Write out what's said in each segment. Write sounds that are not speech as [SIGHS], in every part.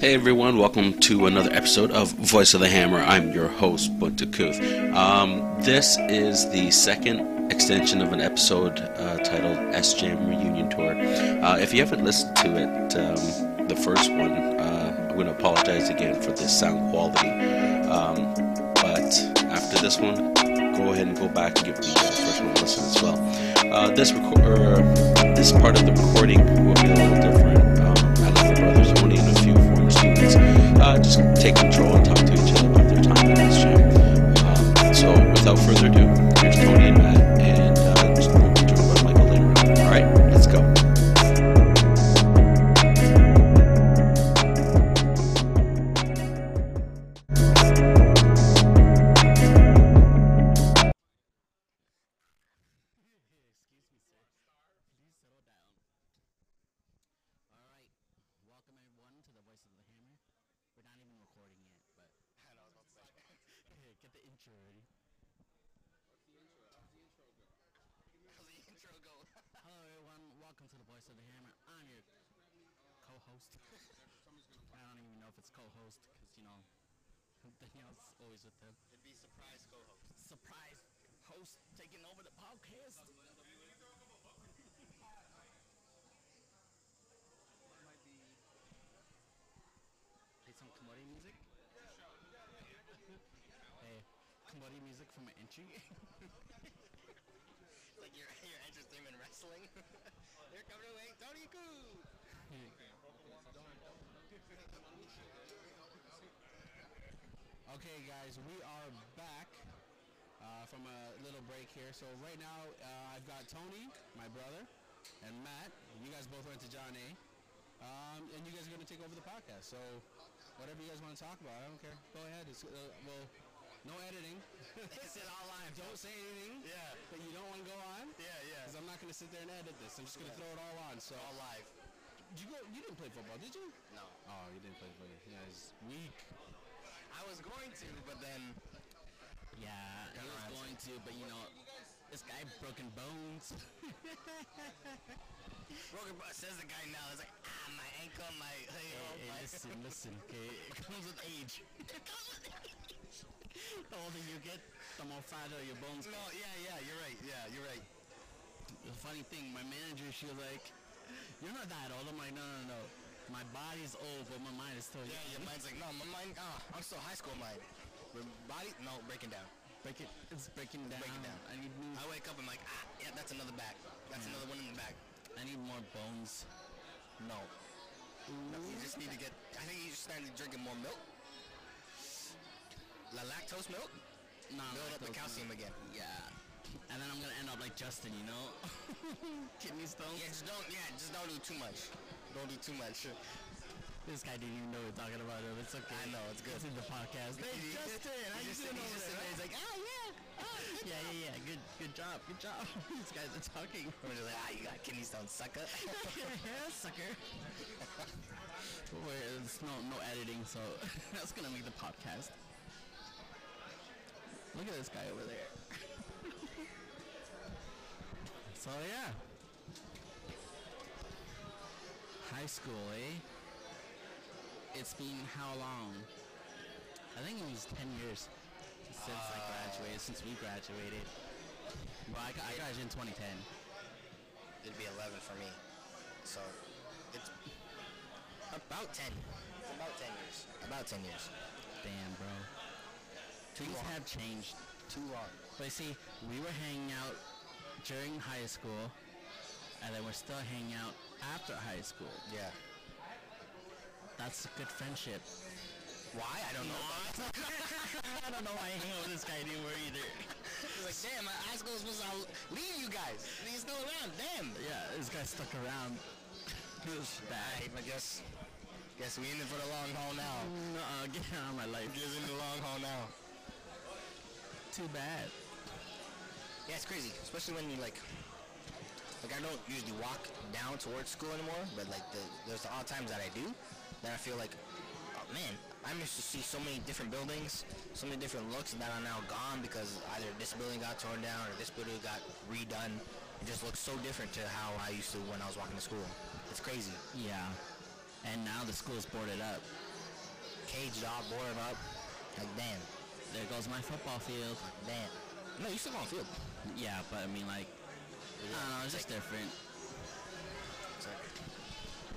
Hey everyone, welcome to another episode of Voice of the Hammer. I'm your host, Bunta Kuth. Um, this is the second extension of an episode uh, titled SJM Reunion Tour. Uh, if you haven't listened to it, um, the first one, uh, I'm going to apologize again for the sound quality. Um, but after this one, go ahead and go back and give the uh, first one a listen as well. Uh, this record, er, this part of the recording will be a little different. Um, I left the brothers only and a few former students uh, just take control and talk to each other about their time in this jam. Um, so without further ado, here's Tony and Matt, and uh, just we'll be joined by Michael later. All right, let's go. Hello, everyone. Welcome to the Voice of the Hammer. I'm your [LAUGHS] co-host. I don't even know if it's co-host because you know Danielle's always with them. It'd be surprise co-host. Surprise host taking over the podcast. Play some Komori music. [LAUGHS] hey, Komori music from an entry. [LAUGHS] It's [LAUGHS] like your your entrance theme in wrestling. [LAUGHS] They're coming away, Tony Koo. [LAUGHS] Okay, guys, we are back uh, from a little break here. So right now, uh, I've got Tony, my brother, and Matt. You guys both went to John A. Um, and you guys are going to take over the podcast. So whatever you guys want to talk about, I don't care. Go ahead. It's, uh, well, no editing. [LAUGHS] It's it all live. don't say anything Yeah, that you don't want to go on. yeah, yeah. Because I'm not going to sit there and edit this. I'm just going to throw it all on. So All live. did you, go, you didn't play football, did you? No, Oh, you didn't play football. Yeah, it's weak. I was going to, but then Yeah, he was going to, but you know, this guy broken bones. broken. Bro- says the guy now. It's like ah, my ankle, my. Hey, oh, Hey, my. [LAUGHS] listen, listen, okay? It comes with age. It comes [LAUGHS] with age. The older you get, the more fragile your bones No, yeah, yeah. You're right. Yeah, you're right. The funny thing, my manager, she was like, you're not that old. I'm like, no, no, no. My body's old, but my mind is still Yeah, your young. mind's like no, my mind. Ah, I'm still high school mind. My body, no, breaking down. Break it, it's breaking down. breaking down. I need new, I wake up, I'm like ah, yeah, that's another back. That's another one in the back. I need more bones. No. No, you just need to get. I think you just need to drinking more milk. La lactose milk. Nah, Build up the lactose, calcium again. nah. Yeah. And then I'm going to end up like Justin, you know? Kidney stones. Yeah, just don't. Yeah, just don't do too much. Don't do too much. This guy didn't even know we are talking about him. It's okay. I know, it's good. It's in the podcast. Hey, He- Justin, how he you just- doing he over just there? sitting there, he's like, ah, yeah. Ah, yeah, yeah, yeah. Good, good job. Good job. [LAUGHS] These guys are talking. We're just like, ah, you got kidney stones, sucker. [LAUGHS] Sucker. Wait, it's no, no editing, so [LAUGHS] that's gonna make the podcast. Look at this guy over there. [LAUGHS] so yeah. High school, eh? It's been how long? I think it was 10 years since I Uh. graduated, since we graduated. Well, I, gra- I graduated in 2010. It'd be 11 for me. So, it's about 10. It's about 10 years. About 10 years. Damn, bro. Things long. have changed. Too long. But you see, we were hanging out during high school, and then we're still hanging out after high school. Yeah. That's a good friendship. Why? I don't know. [LAUGHS] I don't know why I hang out with this guy anymore either. It's like, damn, my high school was supposed to leave you guys. And He's still around. Damn. Yeah, this guy stuck around. [LAUGHS] It was bad. Alright, I guess. Guess we in it for the long haul now. Uh, get out of my life. Just in the long haul now. Too bad. Yeah, it's crazy, especially when you like. Like I don't usually walk down towards school anymore, but like the, there's the odd times that I do, that I feel like, oh man, I used to see so many different buildings, so many different looks that are now gone because either this building got torn down or this building got redone. It just looks so different to how I used to when I was walking to school. It's crazy. Yeah. And now the school's boarded up. caged up, board him up. Like damn, There goes my football field. damn. No, you still on field. Yeah, but I mean, like, I don't know, it's just different. It's like,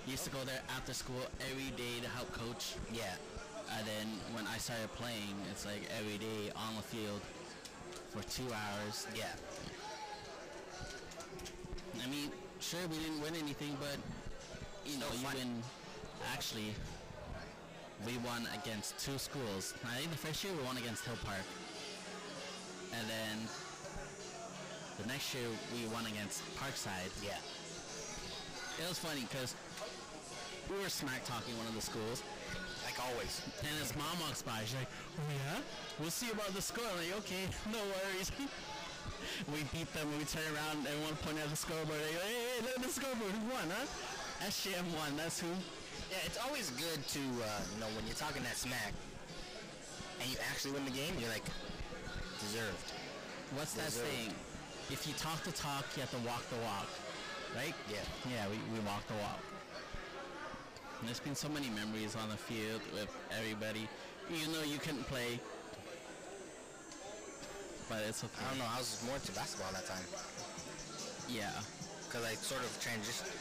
Used to go there after school every day to help coach. yeah, And then when I started playing, it's like every day on the field for two hours. yeah. I mean, sure, we didn't win anything, but, you know, you fun. win. Actually, we won against two schools. I think the first year we won against Hill Park. And then the next year we won against Parkside. Yeah. It was funny because we were smack talking one of the schools, Like always. and his mom walks by. She's like, "Oh yeah, we'll see about the score." I'm like, "Okay, no worries." [LAUGHS] we beat them. We turn around, everyone pointing at the scoreboard. They go, "Hey, hey, look at the scoreboard. Who won, huh?" SJM won. That's who. Yeah, it's always good to, uh, you know, when you're talking that smack and you actually win the game, you're like, deserved. What's that Deserved. saying? If you talk the talk, you have to walk the walk, right? Yeah. Yeah, we, we walk the walk. And there's been so many memories on the field with everybody, even though you couldn't play. But it's okay. I don't know, I was more into basketball that time Yeah. because I sort of transitioned.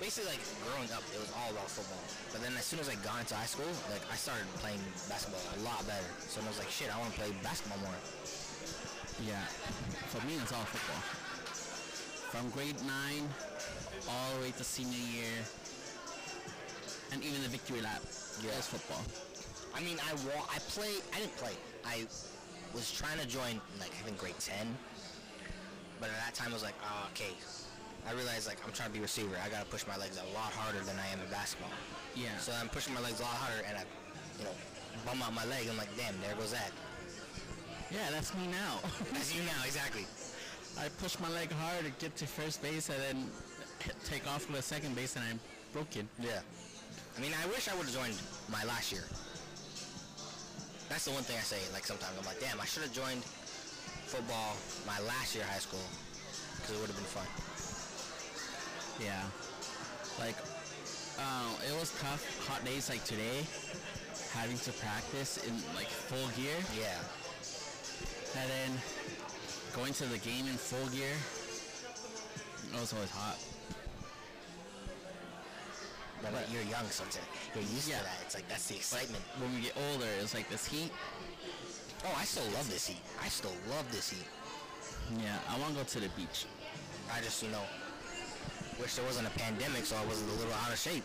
Basically, like, growing up, it was all about football. But then as soon as I got into high school, like, I started playing basketball a lot better. So then I was like, shit, I want to play basketball more. Yeah. For me, it's all football. From grade nine all the way to senior year, and even the victory lap. Yeah. It's football. I mean, I wa- I play. I didn't play. I was trying to join, like I think grade ten, but at that time I was like, oh, okay. I realized like I'm trying to be receiver. I gotta push my legs a lot harder than I am in basketball. Yeah. So I'm pushing my legs a lot harder, and I, you know, bum out my leg. I'm like, damn, there goes that. yeah, that's me now. [LAUGHS] That's you now, exactly. I pushed my leg hard to get to first base and then hit- take off to the second base, and I'm broken. Yeah. I mean, I wish I would have joined my last year. That's the one thing I say. Like sometimes I'm like, damn, I should have joined football my last year of high school because it would have been fun. Yeah. Like, uh, it was tough. Hot days like today, having to practice in like full gear, Yeah. and then going to the game in full gear. It was always hot. But Right. you're young, so it's like, you're used Yeah. to that. It's like that's the excitement. When we get older, it's like this heat. Oh, I still love this heat. I still love this heat. Yeah, I want to go to the beach. I just, you know, wish there wasn't a pandemic, so I wasn't a little out of shape.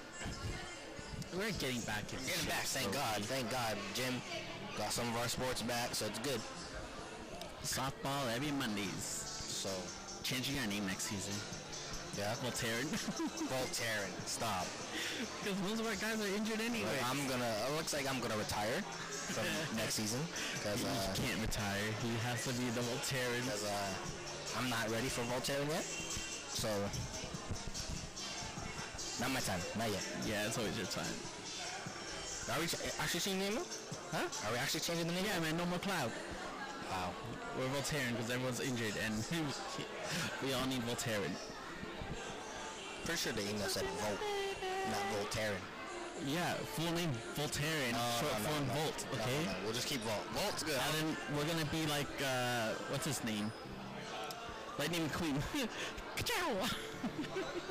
We're getting back in. Getting back, thank shape, God, thank God. Jim got some of our sports back, so it's good. though. Softball every Mondays. So, Changing our name next season. yeah. Well, Taryn, [LAUGHS] because Voltaren, stop. most of our guys are injured anyway. But I'm gonna. It looks like I'm gonna retire [LAUGHS] from next season because He uh, can't retire. He has to be the Voltaren. 'cause, uh, I'm not ready for Voltaren yet. So, not my time, not yet. Yeah, it's always your time. Are we ch- actually changing the name? Huh? Are we actually changing the name? Yeah, man, no more cloud. Wow. We're Voltaren because everyone's injured and [LAUGHS] we all need Voltaren. Pretty sure the email said Volt, not Voltaren. Yeah, full name Voltaren, short form Volt, Uh, No, okay? no, no. We'll just keep Volt. Volt's good. And then we're gonna be like, uh, what's his name? Lightning McQueen. [LAUGHS] Ka-chow!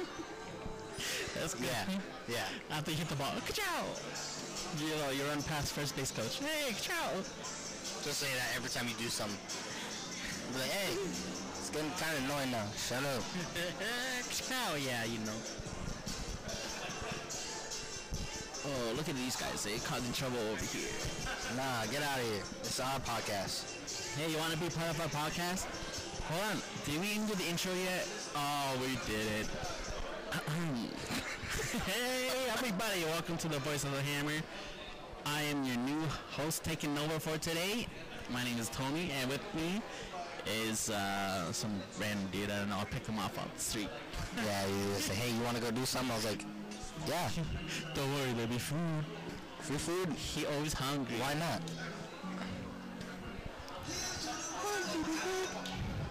[LAUGHS] That's good. Yeah. Yeah. After you hit the ball, ka-chow! You know, you run past first base coach. Hey, ka-chow! Just say that every time you do something. Be like, hey, it's getting kind of annoying now. Shut up. Cow, Uh, yeah, you know. Oh, look at these guys. They causing trouble over here. Nah, get out of here. It's our podcast. Hey, you want to be part of our podcast? Hold on. Did we even do the intro yet? Oh, we did it. [CLEARS THROAT] hey, everybody. Welcome to the Voice of the Hammer. I am your new host taking over for today. My name is Tony, and with me is uh, some random dude. I don't know. I'll pick him off off the street. Yeah, you say, hey, you want to go do something? I was like, yeah. Don't worry, there'll be food. Free food? He always hungry. Why not?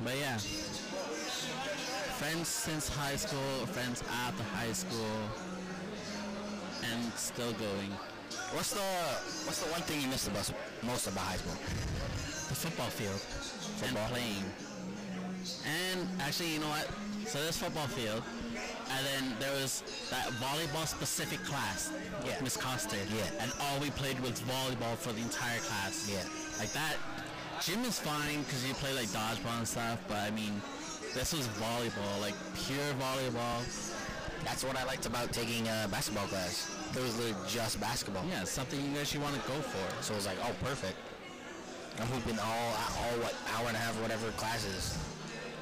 But yeah, friends since high school, friends after high school, and still going. What's the What's the one thing you miss the most, most about high school? the football field and playing. And actually, you know what? So there's football field, and then there was that volleyball specific class with Yeah. Miss Costa. Yeah. And all we played was volleyball for the entire class. Yeah. Like that. Gym is fine because you play like dodgeball and stuff, but I mean, this was volleyball, like pure volleyball. That's what I liked about taking uh, basketball class. It was literally just basketball. Yeah, it's something you guys should want to go for. So it was like, oh, perfect. I'm hooping all all what hour and a half, whatever classes.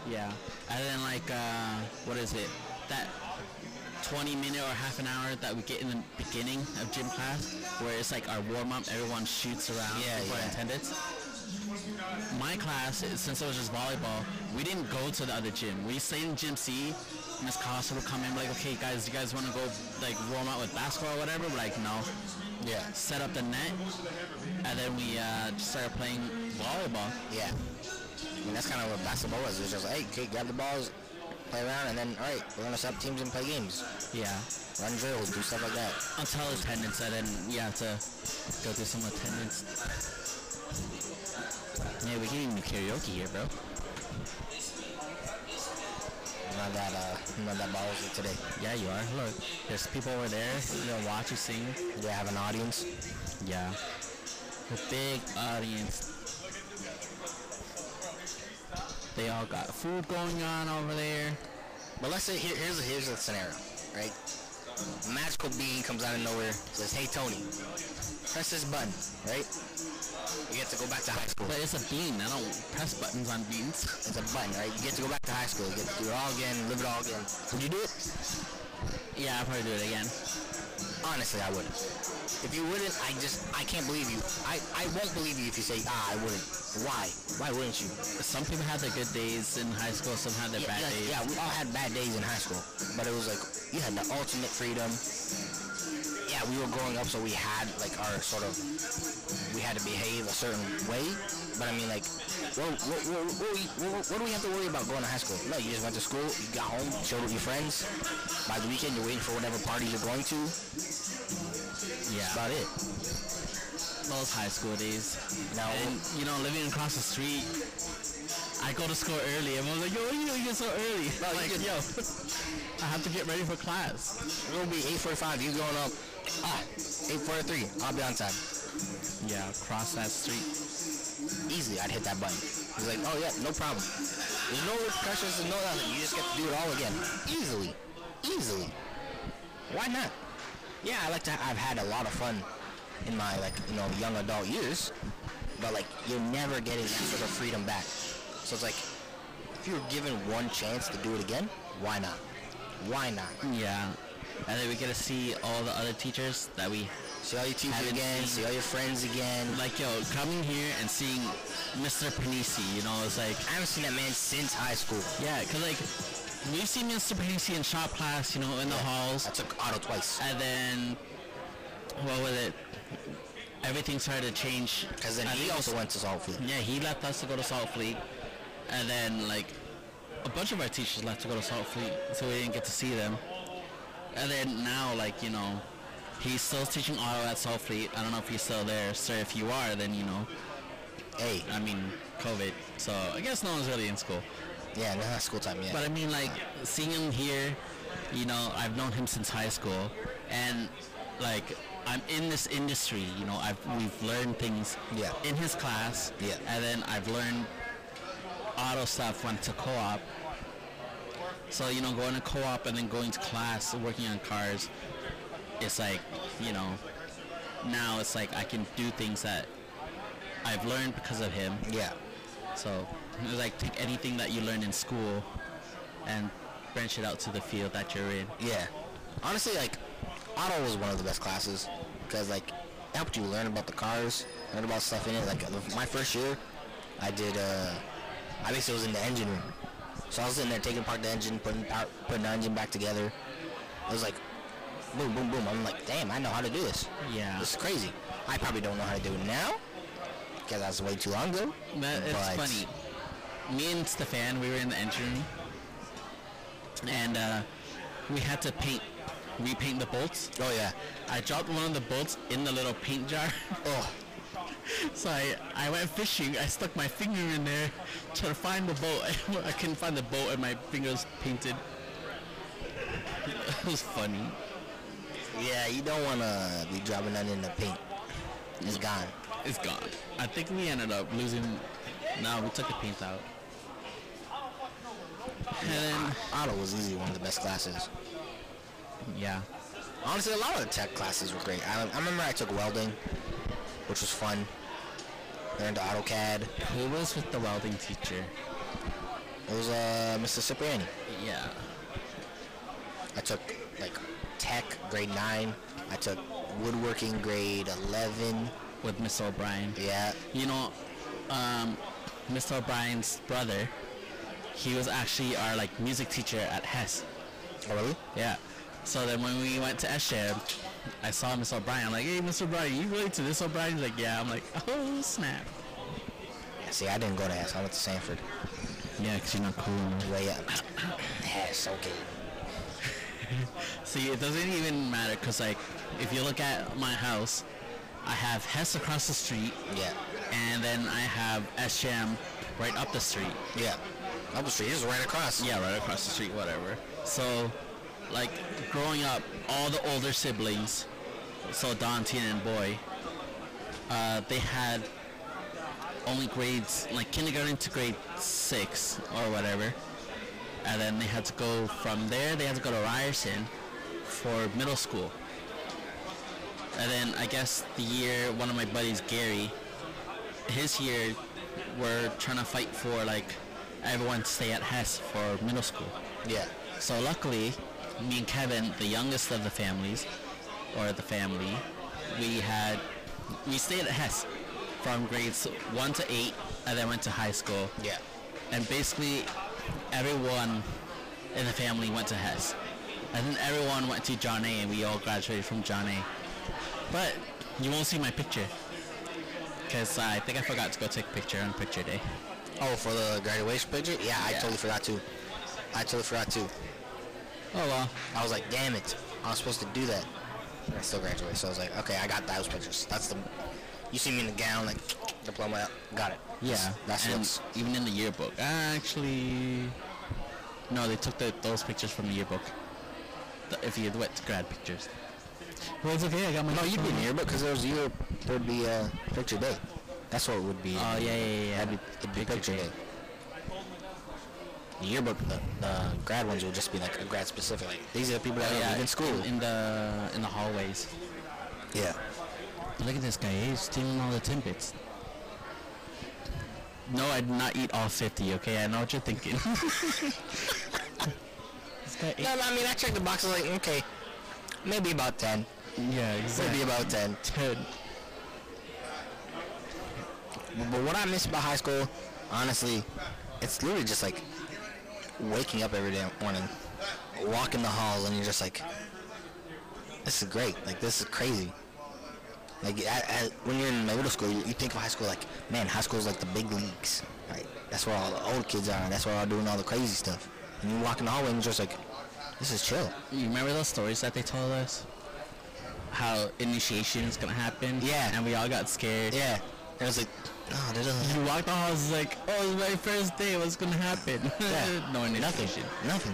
Yeah. And then like uh, what is it? That 20 minute or half an hour that we get in the beginning of gym class where it's like our warm up, everyone shoots around Yeah, before yeah. attendance. My class, it- since it was just volleyball, we didn't go to the other gym. We stayed in gym C. Miss Costa would come in like, okay guys, you guys want to go like warm up with basketball or whatever? We're like, no. Yeah. Set up the net, and then we uh, just started playing volleyball. Yeah. I mean, that's kind of what basketball was. It was just like, hey, okay, grab the balls, play around, and then, all right, we're going to sub teams and play games. Yeah. Run drills, do stuff like that. Until attendance, and then you have to go through some attendance. Yeah, we can even do karaoke here, bro. I'm not that, uh, I'm not that balls today. Yeah, you are. Look, there's people over there. They're gonna watch you sing. Do I have an audience? Yeah. A big audience. They all got food going on over there. But let's say, here, here's, the, here's the scenario, right? A magical being comes out of nowhere, says, hey, Tony, press this button, right? You get to go back to high school. But it's a bean. I don't press buttons on [LAUGHS] beans. It's a button, right? You get to go back to high school. You get to do it all again, live it all again. Would you do it? Yeah, I'll probably do it again. Honestly, I wouldn't. If you wouldn't, I just, I can't believe you. I, I won't believe you if you say, ah, I wouldn't. Why? Why wouldn't you? Some people had their good days in high school. Some had their Yeah, bad yeah, days. yeah, we all had bad days in high school, but it was like, you had the ultimate freedom. Yeah, we were growing up, so we had, like, our sort of, we had to behave a certain way, but I mean, like, what, what, what, what, we- what, what do we have to worry about going to high school? No, you just went to school, you got home, chilled with your friends. By the weekend, you're waiting for whatever party you're going to. yeah. About it. those high school days. Now- and you know, living across the street, I go to school early. Everyone's like, "Yo, you know, you get so early." No, you like, could- yo, [LAUGHS] I have to get ready for class. It'll be 8.45, you going up, ah, 8.43, I'll be on time. Yeah, cross that street. easily I'd hit that button. He's like, oh yeah, no problem. There's no repercussions, there's no nothing. You just get to do it all again. Easily. Easily. Why not? Yeah, I like to I've had a lot of fun in my like, you know, young adult years. But like you're never getting that sort of freedom back. So it's like if you're given one chance to do it again, why not? Why not? Yeah, and then we get to see all the other teachers that we See all your teachers Haven't again, seen- see all your friends again. like. Yo, coming here and seeing Mr. Panisi, you know, it's like I haven't seen that man since high school. yeah, cause like we've seen Mr. Panisi in shop class, you know, in the halls. I took auto twice. and then what was it? Everything started to change. Because then I he think also went to Saltfield. Yeah, he left us to go to Salt Fleet, and then like a bunch of our teachers left to go to Salt Fleet, so we didn't get to see them. And then now, like you know, he's still teaching auto at Salt Fleet. I don't know if he's still there, sir. If you are, then you know, Hey, I mean, COVID. So I guess no one's really in school. Yeah, no, that's school time. Yeah. But I mean, like seeing him here, you know, I've known him since high school, and like I'm in this industry. You know, I've we've learned things Yeah. in his class, Yeah. and then I've learned auto stuff when to co-op. So you know, going to co-op and then going to class, working on cars, it's like you know, now it's like I can do things that I've learned because of him. yeah, So it's like take anything that you learn in school and branch it out to the field that you're in. yeah. Honestly, like, auto was one of the best classes because like it helped you learn about the cars, learn about stuff in it. Like the- my first year, I did. uh I basically was in the engine room, so I was sitting there taking apart the engine, putting power, putting the engine back together. It was like, boom, boom, boom. I'm like, damn, I know how to do this. Yeah. This is crazy. I probably don't know how to do it now because that's way too long ago. But it's But- funny. Me and Stefan, we were in the engine room, and uh, we had to paint repaint the bolts. Oh yeah. I dropped one of the bolts in the little paint jar. Oh, [LAUGHS] So I, I went fishing. I stuck my finger in there trying to find the bolt. [LAUGHS] I couldn't find the bolt and my fingers painted. [LAUGHS] it was funny. yeah. You don't want to be dropping that in the paint. It's gone. It's gone. I think we ended up losing. No, we took the paint out. And then, Auto was easily one of the best classes. yeah. Honestly, a lot of the tech classes were great. I, I remember I took welding, which was fun. Learned AutoCAD. Who was with the welding teacher? It was uh, Mr. Cipriani. Yeah. I took like tech grade nine. I took woodworking grade eleven. With Miss O'Brien. Yeah. You know, um, Mr. O'Brien's brother, he was actually our like music teacher at Hess. Oh really? Yeah. So then when we went to Esher, I saw Miss O'Brien. I'm like, hey, Miss O'Brien, you relate to this O'Brien? He's like, yeah. I'm like, oh, snap. Yeah, see, I didn't go to Hess. I went to Sanford. Yeah, because you're not cool. Way up. [CLEARS THROAT] Hess, okay. See, it doesn't even matter because, like, if you look at my house, I have Hess across the street, Yeah. and then I have SJM right up the street. Yeah. Up the street, just right across. Yeah, right across the street, whatever. So, like, growing up, all the older siblings, so Don, Tina, and Boy, uh, they had only grades, like kindergarten to grade six or whatever. And then they had to go from there, they had to go to Ryerson for middle school. And then I guess the year one of my buddies, Gary, his year were trying to fight for like everyone to stay at Hess for middle school. Yeah. So luckily, me and Kevin, the youngest of the families, or the family, we had we stayed at Hess from grades one to eight, and then went to high school. Yeah. And basically, everyone in the family went to Hess, and then everyone went to John A, and we all graduated from John A. But you won't see my picture. Because I think I forgot to go take a picture on picture day. Oh, for the graduation picture? Yeah, I Yeah. totally forgot to. I totally forgot to. Oh well. I was like, damn it. I was supposed to do that. And I still graduated, so I was like, okay, I got those pictures. That's the. You see me in the gown, like, diploma out. Got it. Yeah, That's, and that's what's. even in the yearbook. Actually, no, they took the, those pictures from the yearbook. The, if you went to grad pictures. Well, it's okay. I got my. No, you'd be in here, but because there was your. There'd be uh, picture day. That's what it would be. Oh yeah, yeah, yeah. Oh, yeah. That'd be, it'd be picture day. The yearbook, the, the grad ones would just be like a grad specific. Like, these are the people that Oh, are yeah, in school. in the in the hallways. yeah. Look at this guy. He's stealing all the timbits. No, I did not eat all fifty. Okay, I know what you're thinking. [LAUGHS] this guy ate. No, no, I mean, I checked the boxes, like, okay, maybe about 10. Yeah, Maybe exactly. about 10. Ted. But what I miss about high school, honestly, it's literally just like waking up every day morning, walking the halls, and you're just like, this is great. Like, this is crazy. Like, I, I, when you're in middle school, you, you think of high school like, man, high school is like the big leagues. Like, that's where all the old kids are, and that's where all doing all the crazy stuff. And you walk in the hallway, and you're just like, this is chill. You remember those stories that they told us? How initiation is gonna happen? Yeah. And we all got scared. Yeah. And it's like, no, there doesn't. You walked the halls like, oh, it's my first day. What's gonna happen? Yeah. [LAUGHS] no Nothing. initiation. Nothing.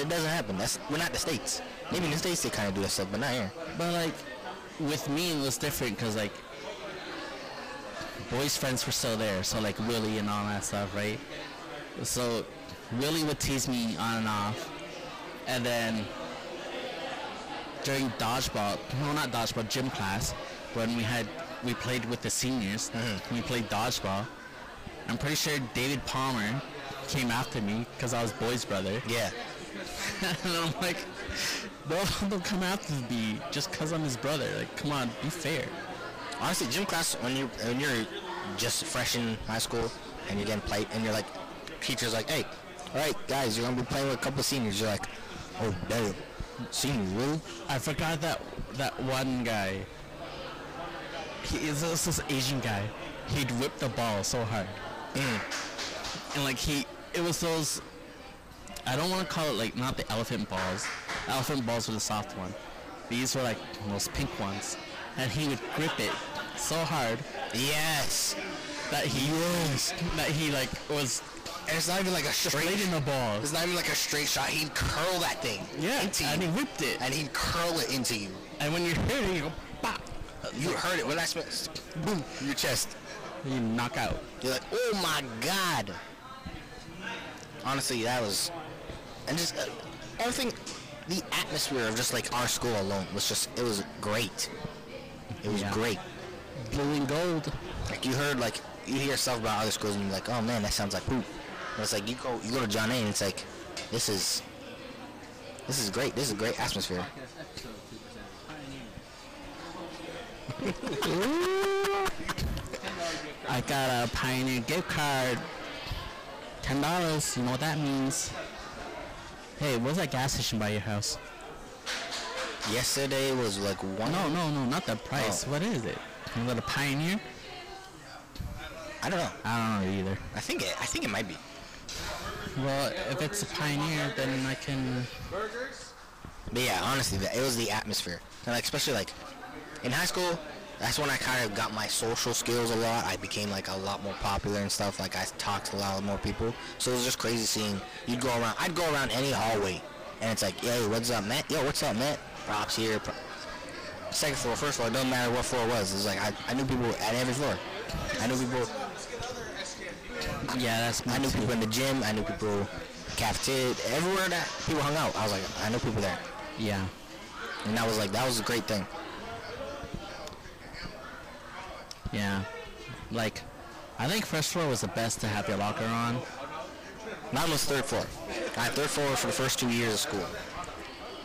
It doesn't happen. That's we're not the states. Maybe in the states they kind of do that stuff, but not here. But like, with me it was different because like, boys' friends were still there. So like Willie and all that stuff, right? So Willie would tease me on and off, and then during dodgeball, no, not dodgeball, gym class, when we had we played with the seniors, we played dodgeball. I'm pretty sure David Palmer came after me because I was boy's brother. Yeah. and I'm like, no, [LAUGHS] don't come after me just because I'm his brother. Like, come on, be fair. Honestly, gym class when you when you're just fresh in high school and you're getting played and you're like, teacher's like, hey, all right, guys, you're gonna be playing with a couple seniors. You're like, oh damn, seniors really? I forgot that that one guy. He is this, this Asian guy. He'd whip the ball so hard, Mm. and like he, it was those. I don't want to call it like not the elephant balls, Elephant balls were the soft one. These were like those pink ones, and he would grip it so hard Yes. that he that he like was And it's not even like a straight. deflating the ball. It's not even like a straight shot. He'd curl that thing Yeah, into you, and he whipped it, and he'd curl it into you. and when you hit it, you go Ah. pop, You heard it when I spent boom your chest. and you knock out. You're like, oh my god. Honestly, that was, and just uh, everything, the atmosphere of just like our school alone was just it was great. It was Yeah. great. Blue and gold. Like you heard like you hear stuff about other schools and you're like, oh man, that sounds like poop. And it's like you go you go to John A and it's like, this is, this is great. This is a great atmosphere. I got a Pioneer gift card. Ten dollars. You know what that means? Hey, where's that gas station by your house? Yesterday was like one. No, no, no, not the price. Oh. What is it? You got a Pioneer? I don't know. I don't know either. I think it. I think it might be. Well, if it's a Pioneer, then I can. But yeah, honestly, the- it was the atmosphere. And like, especially like in high school, that's when I kind of got my social skills a lot. I became like a lot more popular and stuff. Like I talked to a lot more people. So it was just crazy seeing you'd go around. I'd go around any hallway, and it's like, hey, what's up, Matt? Yo, what's up, Matt? Props here. Pro- Second floor, first floor, it doesn't matter what floor it was. It's like I, I knew people at every floor. I knew people. Yeah, that's my I knew people in the gym. I knew people cafeteria. Everywhere that people hung out, I was like, I know people there. Yeah. And that was like, that was a great thing. Yeah. Like, I think first floor was the best to have your locker on. Mine was third floor. I had third floor for the first two years of school.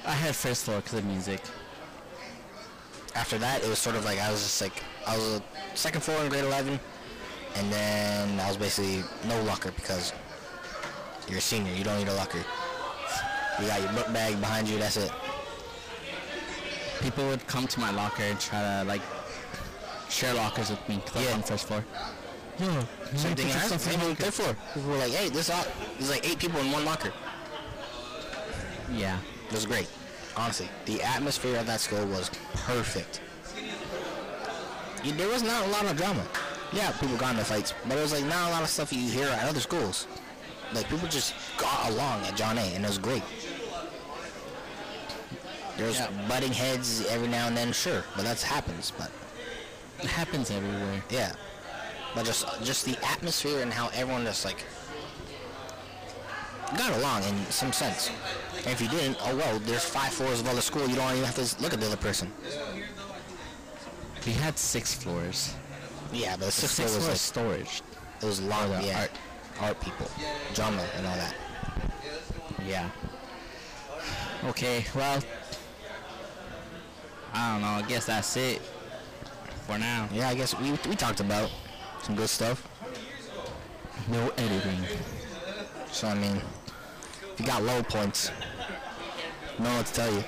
I had first floor because of music. After that, it was sort of like I was just like I was a second floor in grade eleven, and then I was basically no locker because you're a senior. You don't need a locker. You got your book bag behind you. That's it. People would come to my locker and try to like share lockers with me 'cause Yeah. I'm on first floor. Yeah. Same thing. in high- Same thing. Third floor. People were like, "Hey, this out." There's like eight people in one locker. Yeah. It was great. Honestly, the atmosphere of that school was perfect. You- There was not a lot of drama. Yeah, people got into fights, but it was like not a lot of stuff you hear at other schools. Like people just got along at John A, and it was great. There's Yeah. butting heads every now and then, sure, but that happens. But It happens everywhere. yeah, but just just the atmosphere and how everyone just like got along in some sense. And if you didn't, oh well, there's five floors of other school. You don't even have to look at the other person. We had six floors. Yeah, but the The sixth floor six was floor like storage. it was long. the yeah, art. art people, drama, and all that. Yeah. Okay, well, I don't know. I guess that's it for now. Yeah, I guess we we talked about some good stuff. No editing. So I mean, if you got low points, no one to tell you.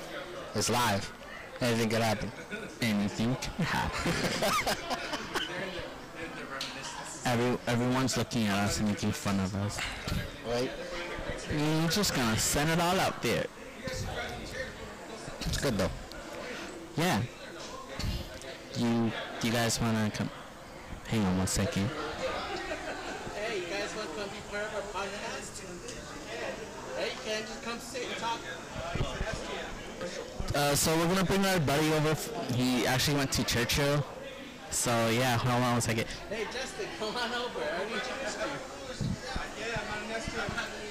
It's live. Anything could happen. Anything can happen. [LAUGHS] Every, everyone's looking at us and making fun of us. Right? We're just gonna send it all out there. It's good though. Yeah. You, you guys wanna come? Hang on one second. Hey, you guys want to come be part of our podcast? Hey, you can just come sit and talk. Uh, so we're gonna bring our buddy over. F- he actually went to Churchill. So yeah, hold on one second. Hey, Justin, come on over. I already introduced you.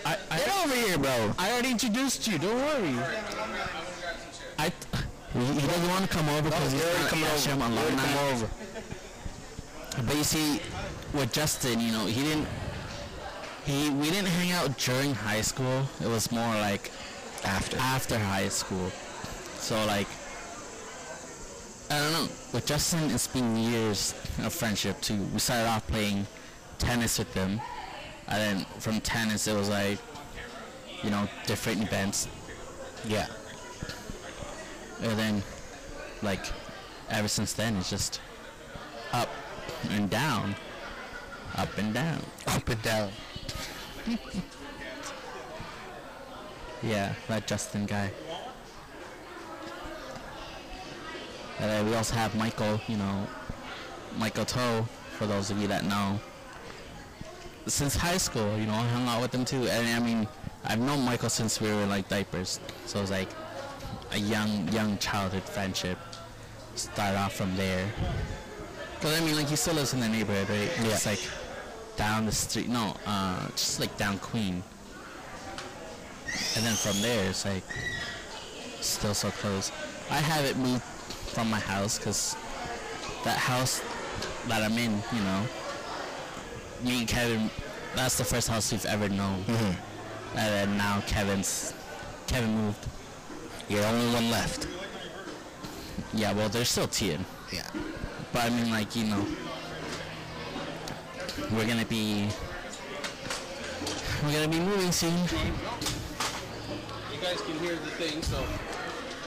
I, I, Get over here, bro. I already introduced you. Don't worry. I. He, he doesn't want to come over because he's already not coming over. Hashem He already alumni. come But you see, with Justin, you know, he didn't. He we didn't hang out during high school. It was more like After. after high school. So like, I don't know. With Justin, it's been years of friendship too. We started off playing tennis with them, and then from tennis it was like, you know, different events, Yeah. and then like, ever since then it's just up and down, up and down. [LAUGHS] Up and down. Yeah, that Justin guy. And then we also have Michael, you know, Michael Toe, for those of you that know. Since high school, you know, I hung out with him too. And I mean, I've known Michael since we were like diapers. So it's like a young, young childhood friendship. Start off from there. Because I mean, like, he still lives in the neighborhood, right? Yeah. It's like down the street. No, uh, just like down Queen. And then from there, it's like still so close. I have it moved from my house because that house that I'm in, you know, me and Kevin, that's the first house we've ever known. And then now Kevin's, Kevin moved. You're the only one left. Yeah, well, they're still teeing. Yeah. But I mean, like, you know, we're gonna be, we're gonna be moving soon. You guys can hear the thing, so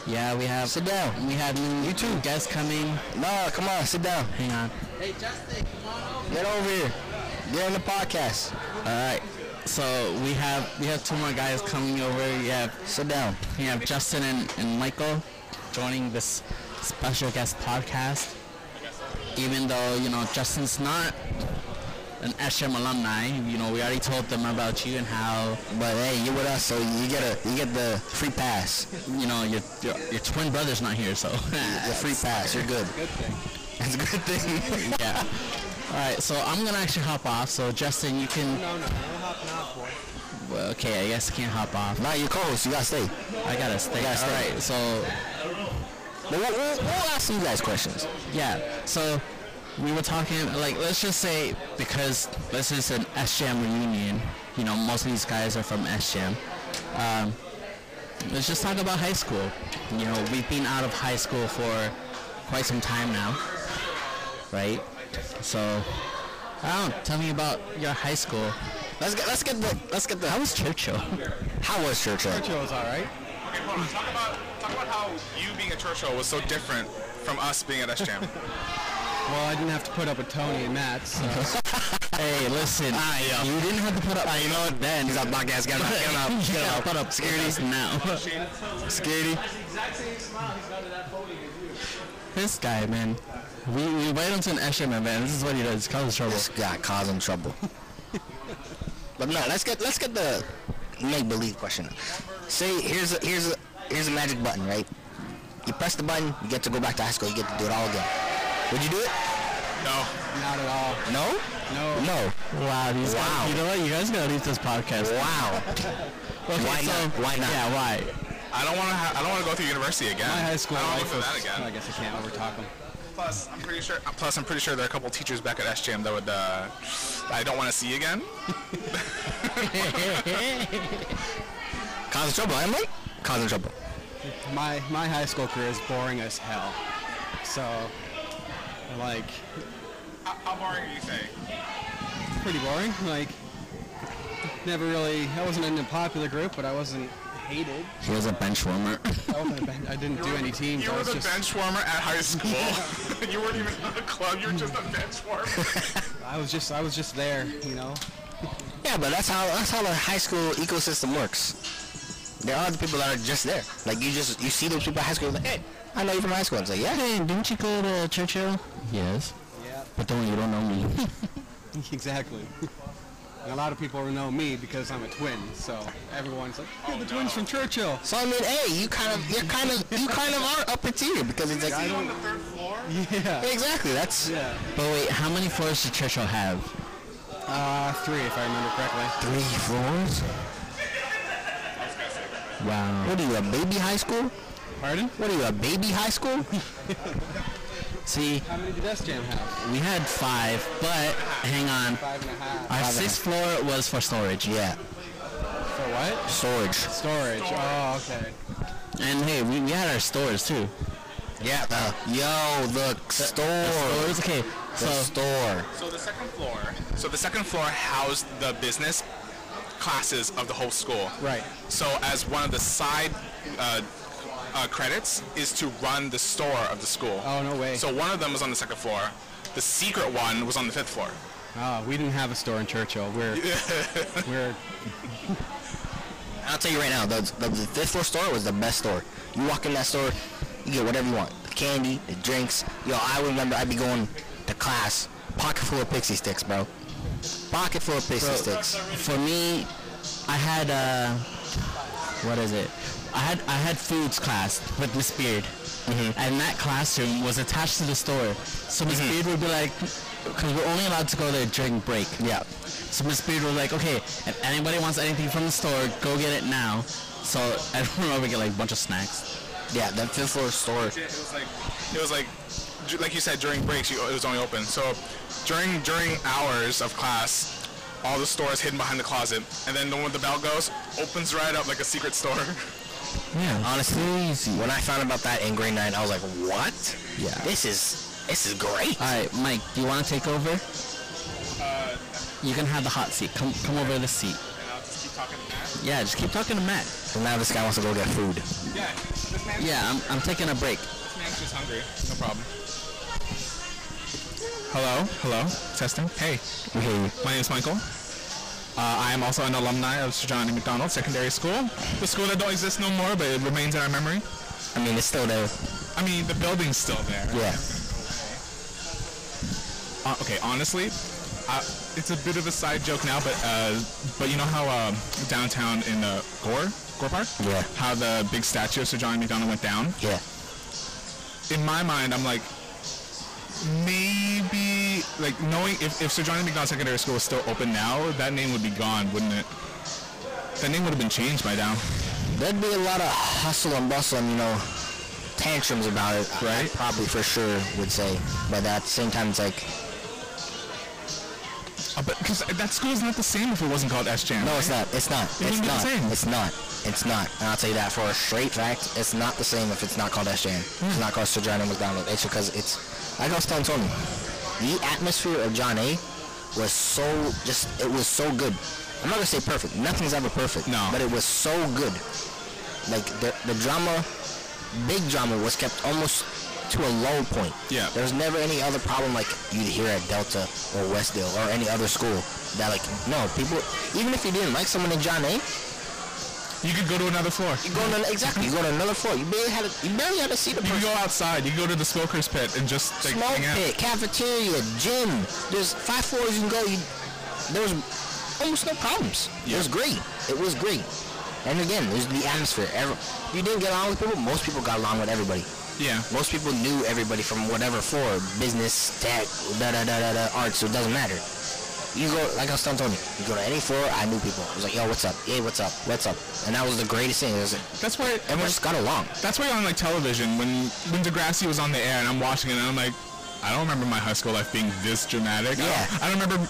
Yeah, we have. Sit down. We have new YouTube guests coming. No, come on, sit down. Hang on. hey, Justin, come on over. Get over here. Get on the podcast. All right. So we have we have two more guys coming over. We have Sit down. we have Justin and, and Michael joining this special guest podcast. Even though you know Justin's not an Esham alumni, you know we already told them about you and how But hey, you're with us, so you get a you get the free pass. you know your your, your twin brother's not here. So [LAUGHS] The free pass. You're good. Good thing. That's a good thing. [LAUGHS] yeah. All right. So I'm gonna actually hop off. So Justin, you can. No, no, no hop now, boy. Well, okay, I guess I can't hop off. Not your co-host. You gotta stay. I gotta stay. gotta stay. All right, so But we'll, we'll, we'll ask you guys questions. yeah, so we were talking like let's just say because this is an SJM reunion. You know, most of these guys are from SJM. Um, let's just talk about high school. You know, we've been out of high school for quite some time now, right? So, I don't know, tell me about your high school. Let's get let's get the let's get the How was Churchill? how was Churchill? Churchill's all right. Okay, hold on. Talk about talk about how you being at Churchill was so different from us being at SJAM. Well, I didn't have to put up with Tony and Matt. So. [LAUGHS] hey, listen, Ah, yeah. you didn't have to put Ah, up. you know what? Then he's on podcast. Get him out. Get him out. Get him [LAUGHS] Yeah, out. put up securities now. Security. Exact same smile he's got to that podium as you. This guy, man. We, we invite him to an Escher, man, man. This is what he does. Causes trouble. This guy causing trouble. [LAUGHS] but no, let's get let's get the make believe question. Say here's a, here's a, here's a magic button, right? You press the button, you get to go back to high school. You get to do it all again. Would you do it? No, Not at all. No. No. No. Wow, these Wow. guys. You know what? You guys gotta leave this podcast. Wow. Okay, Why so, not? Why not? Yeah, why? I don't want to. Ha- I don't want to go through university again. My high school I don't want to life go through was. that again. I guess I can't overtalk him. plus, I'm pretty sure. Plus, I'm pretty sure there are a couple teachers back at SJAM that would. Uh, I don't want to see again. Causing trouble, am I? Causing trouble. [LAUGHS] My my high school career is boring as hell. So, like, How, how boring are you saying? it's pretty boring. Like, never really. I wasn't in a popular group, but I wasn't hated. He was a bench warmer. I, wasn't a ben- I didn't do any teams. You I were was the just, bench warmer at high school. you weren't even in the club. You were just a bench warmer. I was just I was just there. You know. [LAUGHS] Yeah, but that's how that's how the high school ecosystem works. There are the people that are just there. Like you just you see those people at high school. Like, hey, I know you from high school. It's like yeah. hey, didn't you go to Churchill? Yes, Yeah. but don't you don't know me. Exactly. And a lot of people know me because I'm a twin, so everyone's like, "You're the twins from Churchill." [LAUGHS] So I mean, hey, you kind of you're kind of you kind of are upper tier because it's like See you on the third floor. Yeah. exactly that's Yeah. but wait, how many floors did Churchill have? Uh, three, if I remember correctly. three floors. Wow. What are you a baby high school? Pardon? What are you a baby high school? [LAUGHS] See, How many did S Jam have? we had five, but hang on. Five and a half. Our sixth floor was for storage. Yeah, For what? storage. Storage. Oh, okay. And hey, we, we had our stores too. Yeah, the yo the store. Stores, okay. The So store. So the second floor. So the second floor housed the business classes of the whole school. Right. So as one of the side uh, uh, credits is to run the store of the school. Oh, no way. So one of them was on the second floor. The secret one was on the fifth floor. Oh, we didn't have a store in Churchill. We're we're I'll tell you right now, the, the, the fifth floor store was the best store. You walk in that store, you get whatever you want. candy, the drinks. Yo, I remember I'd be going to class, pocket full of pixie sticks, bro. Pocket full of pixie sticks. For me, I had uh, what is it? I had I had foods class with Miss Beard, Mm-hmm. and that classroom was attached to the store. So Miss Beard would be like, because we're only allowed to go there during break. Yeah. So Miss Beard was like, okay, if anybody wants anything from the store, go get it now. So [LAUGHS] I don't know, we get like a bunch of snacks. Yeah, that fifth floor store. It was like, it was like, ju- like you said, during breaks, you, it was only open. So during during hours of class, all the stores hidden behind the closet, and then the one the bell goes, opens right up like a secret store. Yeah. Honestly, when I found about that in grade nine, I was like, what? Yeah. This is this is great. All right, Mike, do you want to take over? You can have the hot seat. Come come over to the And seat. I'll just keep talking to Matt. Yeah, just keep talking to Matt. So now this guy wants to go get food. Yeah, this man, Yeah, I'm, I'm taking a break. this man's just hungry. No problem. Hello, hello, testing. Hey, We hear you. my name is Michael. Uh, I am also an alumni of Sir John E. McDonald Secondary School, the school that don't exist no more, but it remains in our memory. I mean, it's still there. I mean, the building's still there. Yeah. Uh, okay, honestly, uh, it's a bit of a side joke now, but uh, but you know how um, downtown in uh, Gore, Gore Park, Yeah. how the big statue of Sir John E. McDonald went down. Yeah. in my mind, I'm like, maybe, like, knowing if, if Sir John E. McDonald Secondary School was still open now, that name would be gone, wouldn't it? That name would have been changed by now. There'd be a lot of hustle and bustle and, you know, tantrums about it. I- I Right. probably for sure would say. But at the same time, it's like, Uh, but because that school is not the same if it wasn't called SJM. no, it's not. It's not. It It's wouldn't be the not. same. It's not. It's not. And I'll tell you that for a straight fact, it's not the same if it's not called SJM. Hmm. It's not called Sir John A. McDonald. It's because it's, like I was telling Tony, the atmosphere of John A. was so, just, it was so good. I'm not going to say perfect. Nothing's ever perfect. No. But it was so good. Like, the, the drama big drama was kept almost to a low point. Yeah. There was never any other problem like you'd hear at Delta or Westdale or any other school that like no people even if you didn't like someone in John A, You could go to another floor. you go to exactly you go to another floor. You barely had a, you barely had to see the You could person. go outside. You could go to the smoker's pit and just like Smoke hang out. pit, cafeteria, gym. There's five floors you can go. You, there was almost no problems. It was great. It was great. And again, there's the atmosphere. Every, you didn't get along with people. Most people got along with everybody. Yeah. Most people knew everybody from whatever floor, business, tech, da da da da da, arts. It doesn't matter. You go, like I was telling Tony, you go to any floor, I knew people. I was like, yo, what's up? Hey, what's up? What's up? And that was the greatest thing. It was like, That's why. everyone just got along. That's why on like television, when when Degrassi was on the air and I'm watching it, and I'm like, I don't remember my high school life being this dramatic. I Yeah. don't, I don't remember.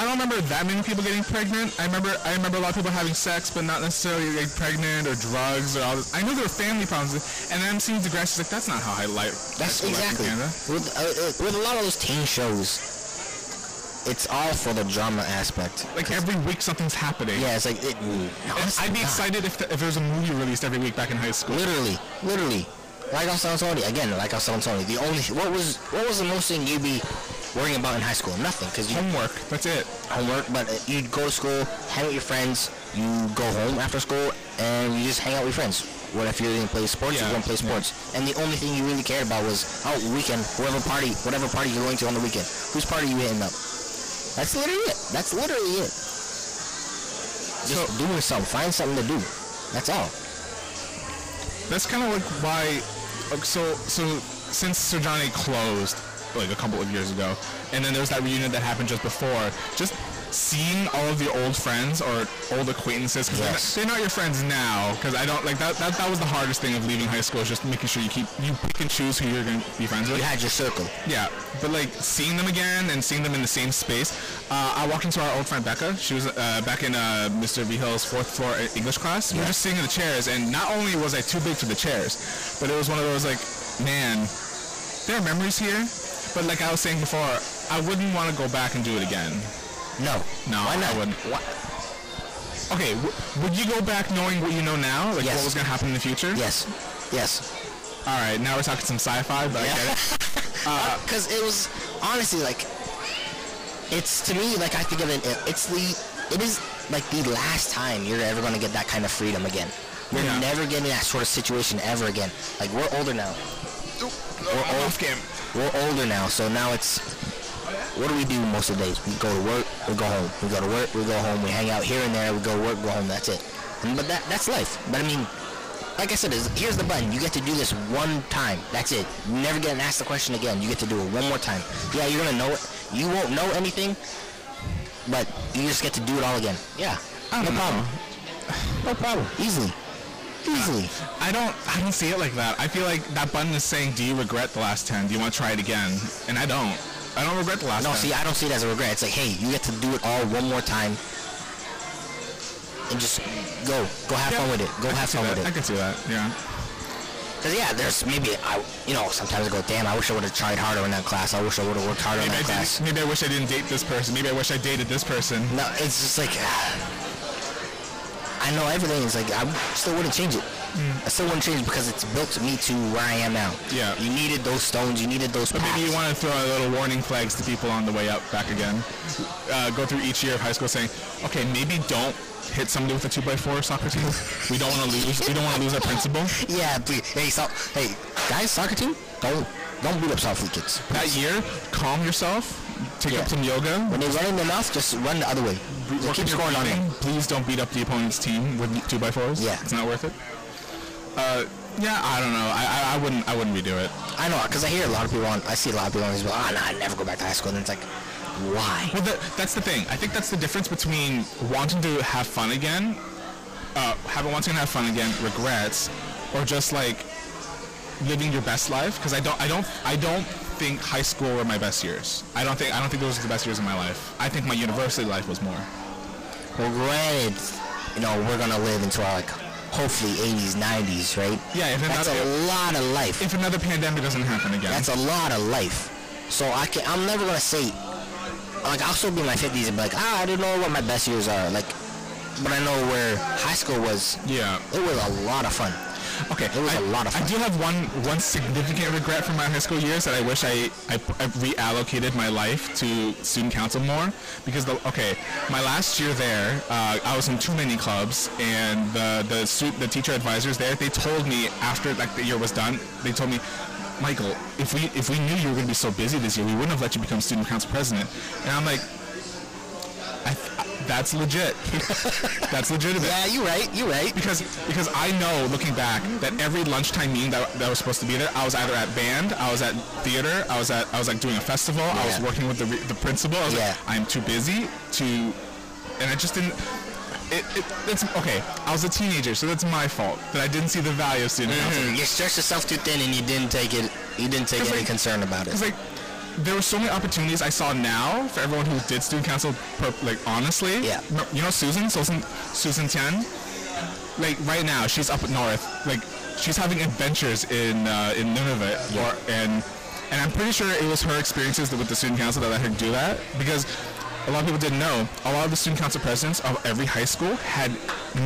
I don't remember that many people getting pregnant. I remember I remember a lot of people having sex, but not necessarily like pregnant or drugs or all this. I know there were family problems, and then I'm seeing Degrassi's like, that's not how I like. That's exactly. Canada. With, uh, uh, with a lot of those teen shows, it's all for the drama aspect. Like every week something's happening. Yeah, it's like, it, no, it's Mm. I'd be not. excited if, the, if there was a movie released every week back in high school. Literally, literally. Like I was telling Tony again. Like I was telling Tony, the only what was what was the most thing you'd be worrying about in high school? Nothing, because you Homework. That's it. homework, but uh, you'd go to school, hang out with your friends, you go home after school, and you just hang out with your friends. What if you didn't play sports? Yeah, You don't play sports. And the only thing you really cared about was, oh, weekend, whoever party, whatever party you're going to on the weekend. Whose party you hitting up? That's literally it. That's literally it. Just doing something. Find something to do. That's all. That's kind of like why. like, So so since Sir Johnny closed like a couple of years ago, and then there was that reunion that happened just before. Just seeing all of the old friends or old acquaintances because Yes. they're, not your friends now. Because I don't like that, that. That was the hardest thing of leaving high school is just making sure you keep you pick and choose who you're going to be friends with. You had your circle. Yeah, but like seeing them again and seeing them in the same space. Uh, I walked into our old friend Becca. She was uh, back in uh, Mr. V Hill's fourth floor uh, English class. We were just sitting in the chairs, and not only was I too big for the chairs, but it was one of those like, man, there are memories here. But like I was saying before, I wouldn't want to go back and do it again. No. No, Why not? I wouldn't. Okay, w- would you go back knowing what you know now, like Yes. what was gonna happen in the future? Yes. Yes. All right, now we're talking some sci-fi, but I get it. because it was honestly like it's to me like I think of it it's the it is like the last time you're ever going to get that kind of freedom again. We're Yeah. never getting that sort of situation ever again. Like we're older now. we're old. We're older now, so now it's. What do we do most of the days? We go to work, we go home. We go to work, we go home. We hang out here and there. We go to work, go home. That's it. And- But that that's life. But I mean, like I said, is here's the button. You get to do this one time. That's it. You never get asked the question again. You get to do it one more time. Yeah, you're gonna know it. You won't know anything, but you just get to do it all again. Yeah, no problem. No problem. Easily, easily. I don't I don't see it like that. I feel like that button is saying, "Do you regret the last ten? Do you want to try it again?" And I don't. I don't regret the last No, 10. see, I don't see it as a regret. It's like, hey, you get to do it all one more time, and just go, go have Yeah. fun with it. Go I can have see fun that. with [LAUGHS] I it. can see that. Yeah. Cause yeah, there's maybe I, you know, sometimes I go, damn, I wish I would have tried harder in that class. I wish I would have worked harder in Maybe that I, class. didn't, maybe I wish I didn't date this person. Maybe I wish I dated this person. No, it's just like [SIGHS] I know everything. It's like I still wouldn't change it. I still wouldn't change it because it's built me to where I am now. Mm. Yeah. You needed those stones. You needed those But paths. maybe you want to throw out little warning flags to people on the way up back again. Uh, go through each year of high school saying, okay, maybe don't hit somebody with a 2x4 soccer team. We don't want to lose. We don't want to lose [LAUGHS] our principal. yeah, please. Hey, so, hey, guys, soccer team, don't don't beat up South Flea kids. That year, calm yourself. Take up Yeah. some yoga. When they run in the mouth, just run the other way. Just Work on keep your scoring on breathing. them. Please don't beat up the opponent's team with 2x4s. Yeah. It's not worth it. Uh, yeah, I don't know. I, I, I wouldn't. I wouldn't redo it. I know, cause I hear a lot of people on. I see a lot of people on these. Ah, no, I never go back to high school. And it's like, why? Well, that, that's the thing. I think that's the difference between wanting to have fun again, uh, having wanting to have fun again, regrets, or just like living your best life. Because I don't, I don't, I don't think high school were my best years. I don't think, I don't think those were the best years of my life. I think my university life was more. Well, granted, you know, we're gonna live into our like, hopefully 80s, 90s, right? Yeah, if That's another, a lot of life. if another pandemic doesn't happen again, That's a lot of life. So I can. I'm never gonna say. Like I'll still be in my 50s and be like, ah, I don't know what my best years are. Like, but I know where high school was. yeah. It was a lot of fun. Okay, It was I- a lot of I fun. do have one one significant regret from my high school years that I wish I, I, I reallocated my life to student council more because the okay my last year there uh, I was in too many clubs and the the stu- the teacher advisors there they told me after like the year was done they told me. Michael, if we if we knew you were going to be so busy this year, we wouldn't have let you become student council president. And I'm like, I th- [LAUGHS] that's legit. that's legitimate Yeah, you right. You right. because because I know looking back that every lunchtime meeting that, that was supposed to be there, I was either at band, I was at theater, I was at I was like doing a festival, I was Yeah. working with the, re- the principal. I was Yeah. like, I'm too busy to, and I just didn't. It, it, it's okay. I was a teenager, so that's my fault that I didn't see the value of student council. Mhm, You stretched yourself too thin and you didn't take it. You didn't take It's any like- concern about it. Because like there were so many opportunities I saw now for everyone who did student council. per- Like honestly, Yeah. No- You know Susan, Susan, Susan Tian. Like right now, she's up north. Like she's having adventures in uh, in Nunavut, or, and and I'm pretty sure it was her experiences with the student council that let her do that because. A lot of people didn't know. A lot of the student council presidents of every high school had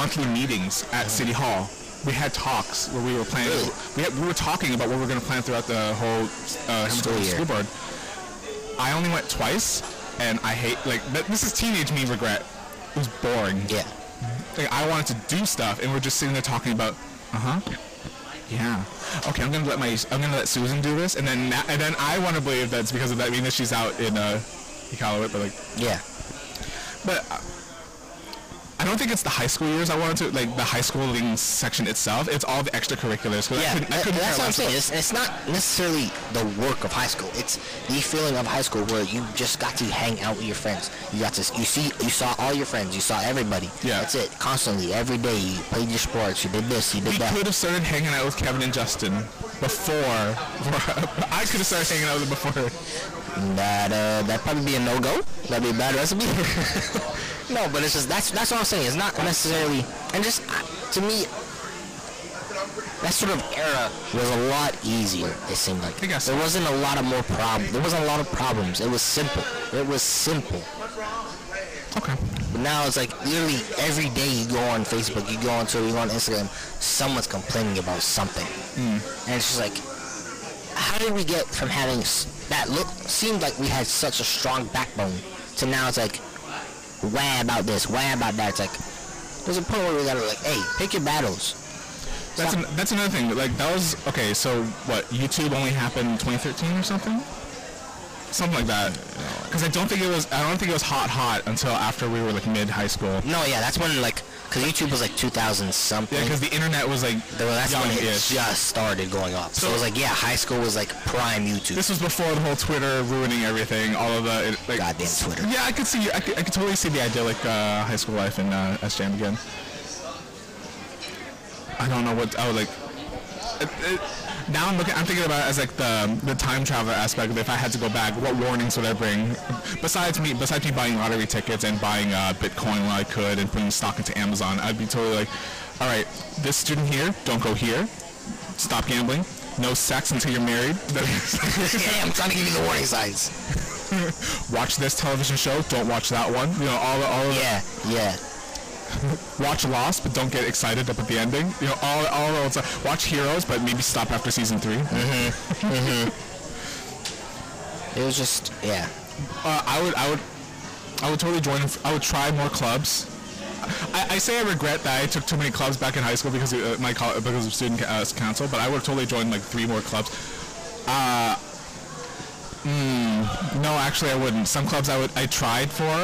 monthly meetings at City Hall. We had talks where we were planning. Really? We, had, we were talking about what we were going to plan throughout the whole uh, School Hamilton year. School Board. I only went twice, and I hate like th- this is teenage me regret. It was boring. Yeah. Like I wanted to do stuff, and we're just sitting there talking about, uh huh, yeah. Okay, I'm gonna let my I'm gonna let Susan do this, and then na- and then I want to believe that's because of that. I mean, that she's out in uh, Iqaluit, but like, Yeah. but. uh, I don't think it's the high school years I wanted to like the high schooling section itself. It's all the extracurriculars. 'cause I Yeah, couldn't, I that- couldn't care that's what I'm less saying. It's, it's not necessarily the work of high school. It's the feeling of high school where you just got to hang out with your friends. You got to you see you saw all your friends. You saw everybody. Yeah. That's it. Constantly, every day. You played your sports. You did this. You did We that. could have started hanging out with Kevin and Justin before. [LAUGHS] I could have started hanging out with them before. That uh, that probably be a no go. That'd be a bad recipe. [LAUGHS] no, but it's just that's that's what I'm saying. It's not necessarily and just uh, to me. That sort of era was a lot easier. It seemed like I guess. there wasn't a lot of more problem. There wasn't a lot of problems. It was simple. It was simple. Okay. But now it's like literally every day you go on Facebook, you go on Twitter, you go on Instagram, someone's complaining about something, Hmm. and it's just like, how did we get from having s- that look? Seemed like we had such a strong backbone to now it's like, why about this? Why about that? It's like, there's a point where we gotta like, hey, pick your battles. It's That's an, that's another thing. Like that was okay. So what? YouTube only happened in 2013 or something, something like that. Because I don't think it was. I don't think it was hot hot until after we were like mid high school. No, yeah, that's when like, cause YouTube was like 2000 something. Yeah, because the internet was like That- well, that's when it youngish. just started going up. So, it was like, yeah, high school was like prime YouTube. This was before the whole Twitter ruining everything. All of the it, like, Goddamn Twitter. [LAUGHS] Yeah, I could see. I could, I could totally see the idyllic uh, high school life in uh, SJM again. I don't know what I would like. It, it, now I'm looking. I'm thinking about it as like the the time travel aspect. If I had to go back, what warnings would I bring? Besides me, besides me buying lottery tickets and buying uh, Bitcoin when I could and putting stock into Amazon, I'd be totally like, all right, this student here, don't go here. Stop gambling. No sex until you're married. [LAUGHS] yeah, I'm trying to give you the warning signs. watch this television show, don't watch that one. You know, all the, all of the- Yeah, yeah. watch Lost, but don't get excited up at the ending. You know, all all the old stuff. Watch Heroes, but maybe stop after season 3 It was just, yeah. Uh, I would I would I would totally join. I would try more clubs. I, I say I regret that I took too many clubs back in high school because of uh, my col- because of student ca- uh, council, but I would have totally joined like three more clubs. Uh, mm, no, actually I wouldn't. Some clubs I would I tried for,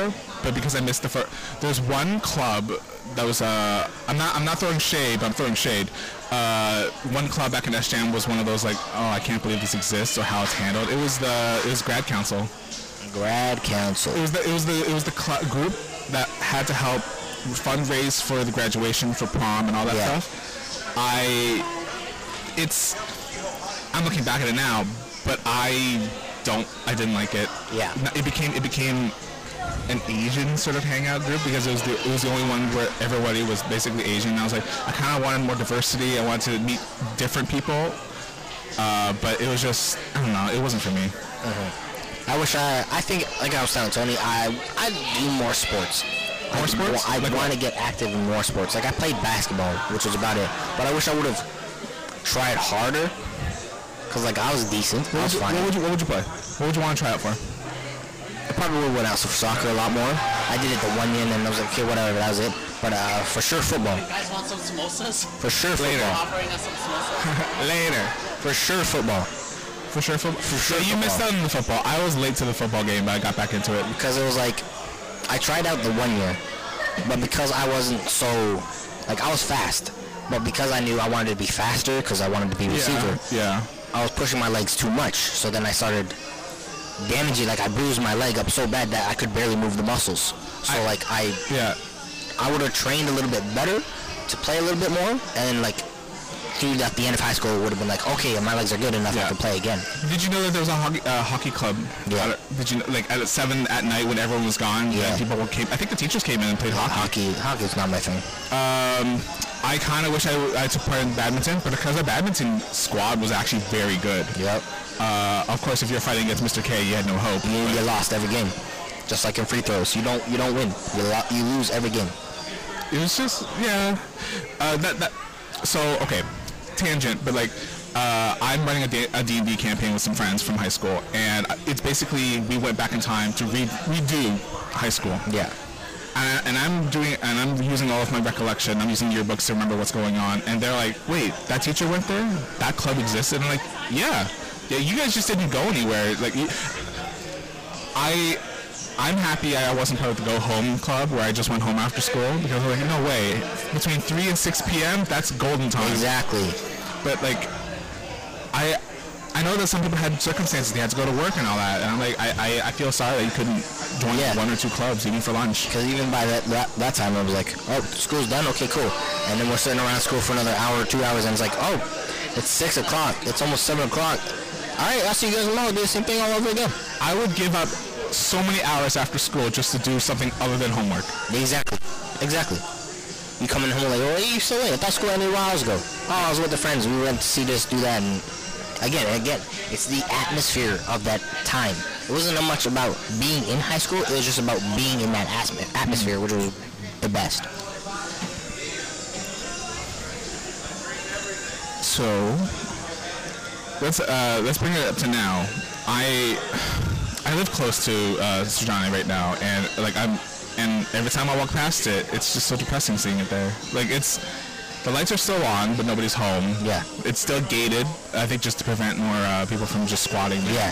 but because I missed the first. There's one club that was uh I'm not I'm not throwing shade, but I'm throwing shade. Uh, one club back in SJM was one of those like oh I can't believe this exists or how it's handled. It was the it was grad council Grad council. it was the it was the it was the cl- group that had to help fundraise for the graduation for prom and all that Yeah. stuff. I it's I'm looking back at it now, but I don't I didn't like it. Yeah. No, It became it became an Asian sort of hangout group because it was the it was the only one where everybody was basically Asian. And I was like I kind of wanted more diversity. I wanted to meet different people. Uh, but it was just I don't know. It wasn't for me. I wish I, I think, like I was telling Tony, I, I do more sports. I, More sports? I Like want to get active in more sports. Like I played basketball, which was about it. But I wish I would have tried harder. Cause like I was decent. I What would, was you, fine. what would you what would you play? What would you want to try out for? I probably would have went out for soccer a lot more. I did it the one year and then I was like, okay, whatever, that was it. But uh, for sure football. guys want some samosas? For sure football. Offering us some samosas. Later. For sure football. For sure, football. For sure, you football. missed out on the football. I was late to the football game, but I got back into it. because it was like I tried out the one year, but because I wasn't so like I was fast, but because I knew I wanted to be faster because I wanted to be receiver, Yeah. I was pushing my legs too much. So then I started damaging like I bruised my leg up so bad that I could barely move the muscles. So like I Yeah. I would have trained a little bit better to play a little bit more, and like through at the end of high school would have been like okay my legs are good enough Yeah. I can play again. Did you know that there was a hockey, uh, hockey club? Yeah. out at- Did you know, like at seven at night when everyone was gone? Yeah. and People were came. I think the teachers came in and played hockey. Hockey hockey's not my thing. Um, I kind of wish I, w- I took part in badminton, but because the badminton squad was actually very good. Yep. Uh, of course, if you're fighting against Mr. K, you had no hope. You, but- you lost every game, just like in free throws. You don't you don't win. You lo- you lose every game. it was just yeah uh, that, that so okay tangent but like uh, I'm running a, D- a D&D campaign with some friends from high school and it's basically we went back in time to re- redo high school Yeah. and, I, and I'm doing and I'm using all of my recollection I'm using yearbooks to remember what's going on and they're like wait that teacher went there that club existed and I'm like yeah yeah you guys just didn't go anywhere like you, I I'm happy I wasn't part of the go home club where I just went home after school because I'm like, no way. Between three and six p.m. that's golden time. Exactly. But like, I I know that some people had circumstances they had to go to work and all that, and I'm like, I I, I feel sorry that you couldn't join Yeah. one or two clubs even for lunch. Because even by that, that that time, I was like, oh, school's done. Okay, cool. And then we're sitting around school for another hour, two hours, and it's like, oh, it's six o'clock. It's almost seven o'clock. All right, I'll see you guys tomorrow. Do the same thing all over again. I would give up so many hours after school just to do something other than homework. Exactly. Exactly. You coming home like, oh, hey, you so late. I thought school ended hours ago. Oh, I was with the friends. We went to see this, do that, and again, and again, it's the atmosphere of that time. It wasn't much about being in high school. It was just about being in that asm- atmosphere, which was the best. So let's uh, let's bring it up to now. I I live close to uh, Sujani right now, and like I'm, and every time I walk past it, it's just so depressing seeing it there. Like it's The lights are still on, but nobody's home. Yeah. It's still gated. I think just to prevent more uh, people from just squatting. there. Yeah.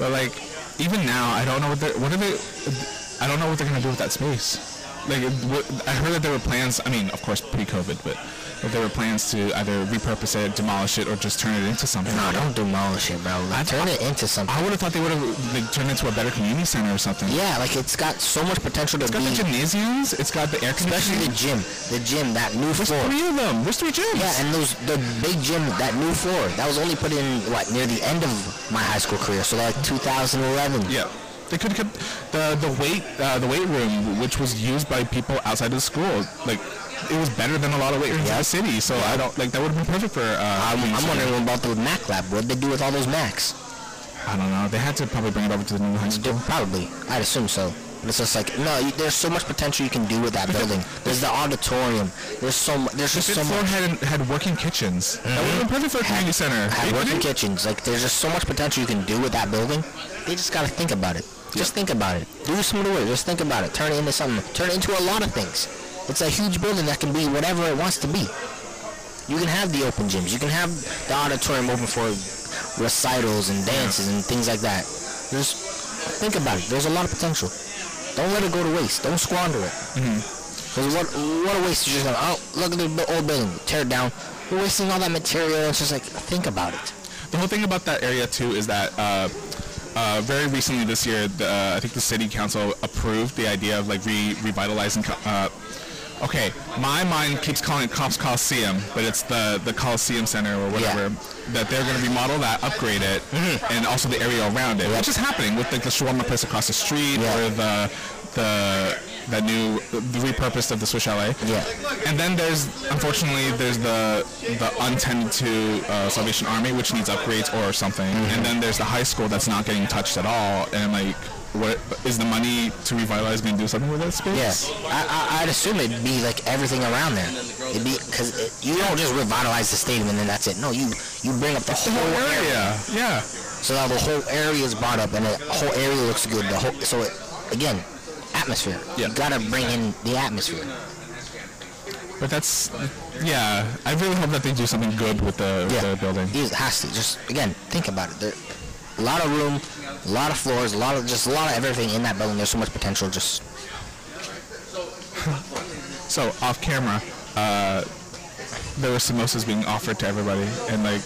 But like, even now, I don't know what they're. What are they? I don't know what they're gonna do with that space. Like, it- what- I heard that there were plans. I mean, of course, pre-COVID, but that there were plans to either repurpose it, demolish it, or just turn it into something. No, don't demolish it, bro. Like, turn it into something. I would have thought they would have like, turned it into a better community center or something. Yeah, like it's got so much potential to It's be. got the gymnasiums. It's got the air especially conditioning. the gym, the gym, that new floor. Three of them. There's three gyms. Yeah, and those the big gym, that new floor, that was only put in what near the end of my high school career, so like 2011. Yeah. They could have kept the the weight uh, the weight room, which was used by people outside of the school. Like it was better than a lot of weight rooms in the city. So I don't like that would have been perfect for. Uh, I'm, I'm community center. wondering about the Mac lab. What'd they do with all those Macs? I don't know. They had to probably bring it over to the new high Do- school. Probably, I'd assume so. But it's just like no, you, there's so much potential you can do with that building. There's the auditorium. There's so mu- there's The just so fifth floor much. had had working kitchens. That would have been perfect for a community center. Had They working didn't- kitchens. Like there's just so much potential you can do with that building. They just gotta think about it. Just think about it. Do some of the work. Just think about it. Turn it into something. Turn it into a lot of things. It's a huge building that can be whatever it wants to be. You can have the open gyms. You can have the auditorium open for recitals and dances and things like that. Just think about it. There's a lot of potential. Don't let it go to waste. Don't squander it. Because what what a waste is just going, oh, look at the bu- old building, tear it down. We're wasting all that material. It's just like, think about it. The whole thing about that area too is that uh, uh, very recently this year, the, uh, I think the city council approved the idea of like re- revitalizing. Co- uh, okay, my mind keeps calling it Cops Coliseum, but it's the the Coliseum Center or whatever. That they're going to remodel that, upgrade it, Mm-hmm. and also the area around it, which is happening with like the shawarma place across the street Yeah. or the the that new the repurposed of the Swiss Chalet. Yeah. And then there's, unfortunately, there's the the untended to uh, Salvation Army, which needs upgrades or something. Mm-hmm. And then there's the high school that's not getting touched at all. And like, what is the money to revitalize going to do something with that space? Yeah. I, I, I'd assume it'd be like everything around there. It'd be, because it, you don't just revitalize the stadium and then that's it. No, you, you bring up the The whole whole area. area. Yeah. So now the whole area is brought up and the whole area looks good. The whole, so it, again, atmosphere. Yeah. You gotta bring in the atmosphere. But that's, yeah. I really hope that they do something good with the, with the building. It has to. Just again, think about it. There, a lot of room, a lot of floors, a lot of just a lot of everything in that building. There's so much potential. Just So off camera, uh, there were samosas being offered to everybody, and like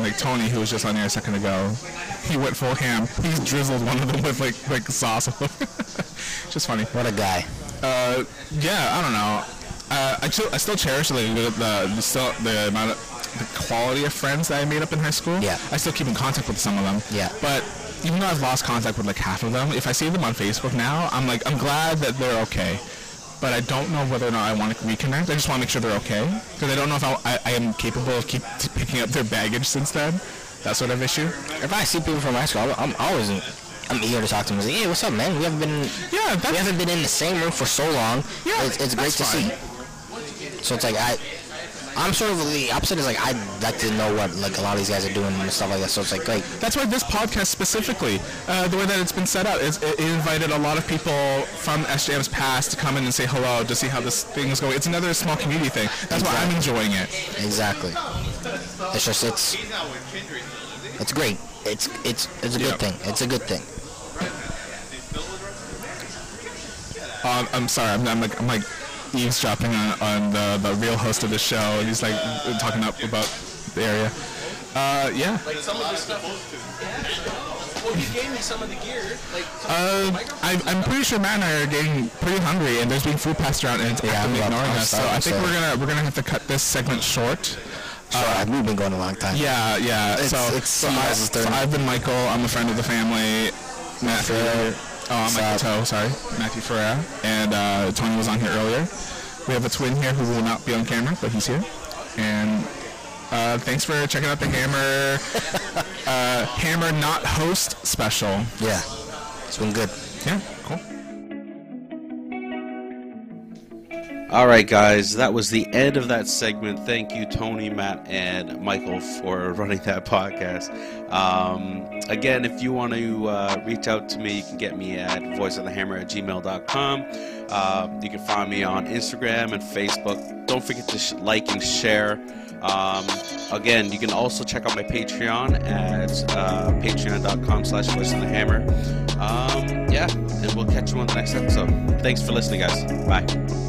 like Tony, who was just on here a second ago, he went full ham. He drizzled one of them with like like sauce. [LAUGHS] all over. just funny. what a guy. Uh, yeah, I don't know. Uh, I still I still cherish like the the, the, still, the amount of the quality of friends that I made up in high school. Yeah. I still keep in contact with some of them. Yeah. But even though I've lost contact with like half of them, if I see them on Facebook now, I'm like I'm glad that they're okay. But I don't know whether or not I want to reconnect. I just want to make sure they're okay because I don't know if I, I, I am capable of keep t- picking up their baggage since then. That sort of issue. If I see people from high school, I'm, I'm always I'm eager to talk to them. It's Like, hey, what's up, man? We haven't been Yeah, that's, we haven't been in the same room for so long. Yeah, it's, it's great that's to fine. see. So it's like I. I'm sort of the opposite. Is like I'd like to know what like a lot of these guys are doing and stuff like that. So it's like great. That's why this podcast specifically, uh, the way that it's been set up, is it, it invited a lot of people from SJM's past to come in and say hello to see how this thing is going. It's another small community thing. That's why I'm enjoying it. Exactly. It's just it's it's great. It's it's it's a Yeah. good thing. It's a good thing. Um, I'm sorry, I'm, I'm like I'm like eavesdropping on, on the, the real host of the show, and he's like talking up about the area. Uh, yeah. Well, you gave me some of the gear, like some Uh, I, I'm pretty sure Matt and I are getting pretty hungry, and there's being food passed around, and it's Yeah, actively I'm about- ignoring I'm us. So starving, I think so- we're gonna we're gonna have to cut this segment short. Sorry, we've been going a long time. Uh, Yeah, yeah. It's- so, it's so, someone I, else's turn. so I've been Michael. I'm a friend of the family. Matthew. Ferrer. Oh, I'm Michael Toe. Sorry, Matthew Ferrer. And uh, Tony was on here earlier. We have a twin here who will not be on camera, but he's here. And uh, thanks for checking out the Hammer [LAUGHS] uh, Hammer Not Host special. Yeah. It's been good. Yeah, cool. All right, guys, that was the end of that segment. Thank you, Tony, Matt, and Michael for running that podcast. Um, again, if you want to uh, reach out to me, you can get me at voiceofthehammer at gmail.com. Uh, you can find me on Instagram and Facebook. Don't forget to sh- like and share. Um, again, you can also check out my Patreon at uh, patreon.com slash voice of the hammer. Um, yeah, and we'll catch you on the next episode. Thanks for listening, guys. Bye.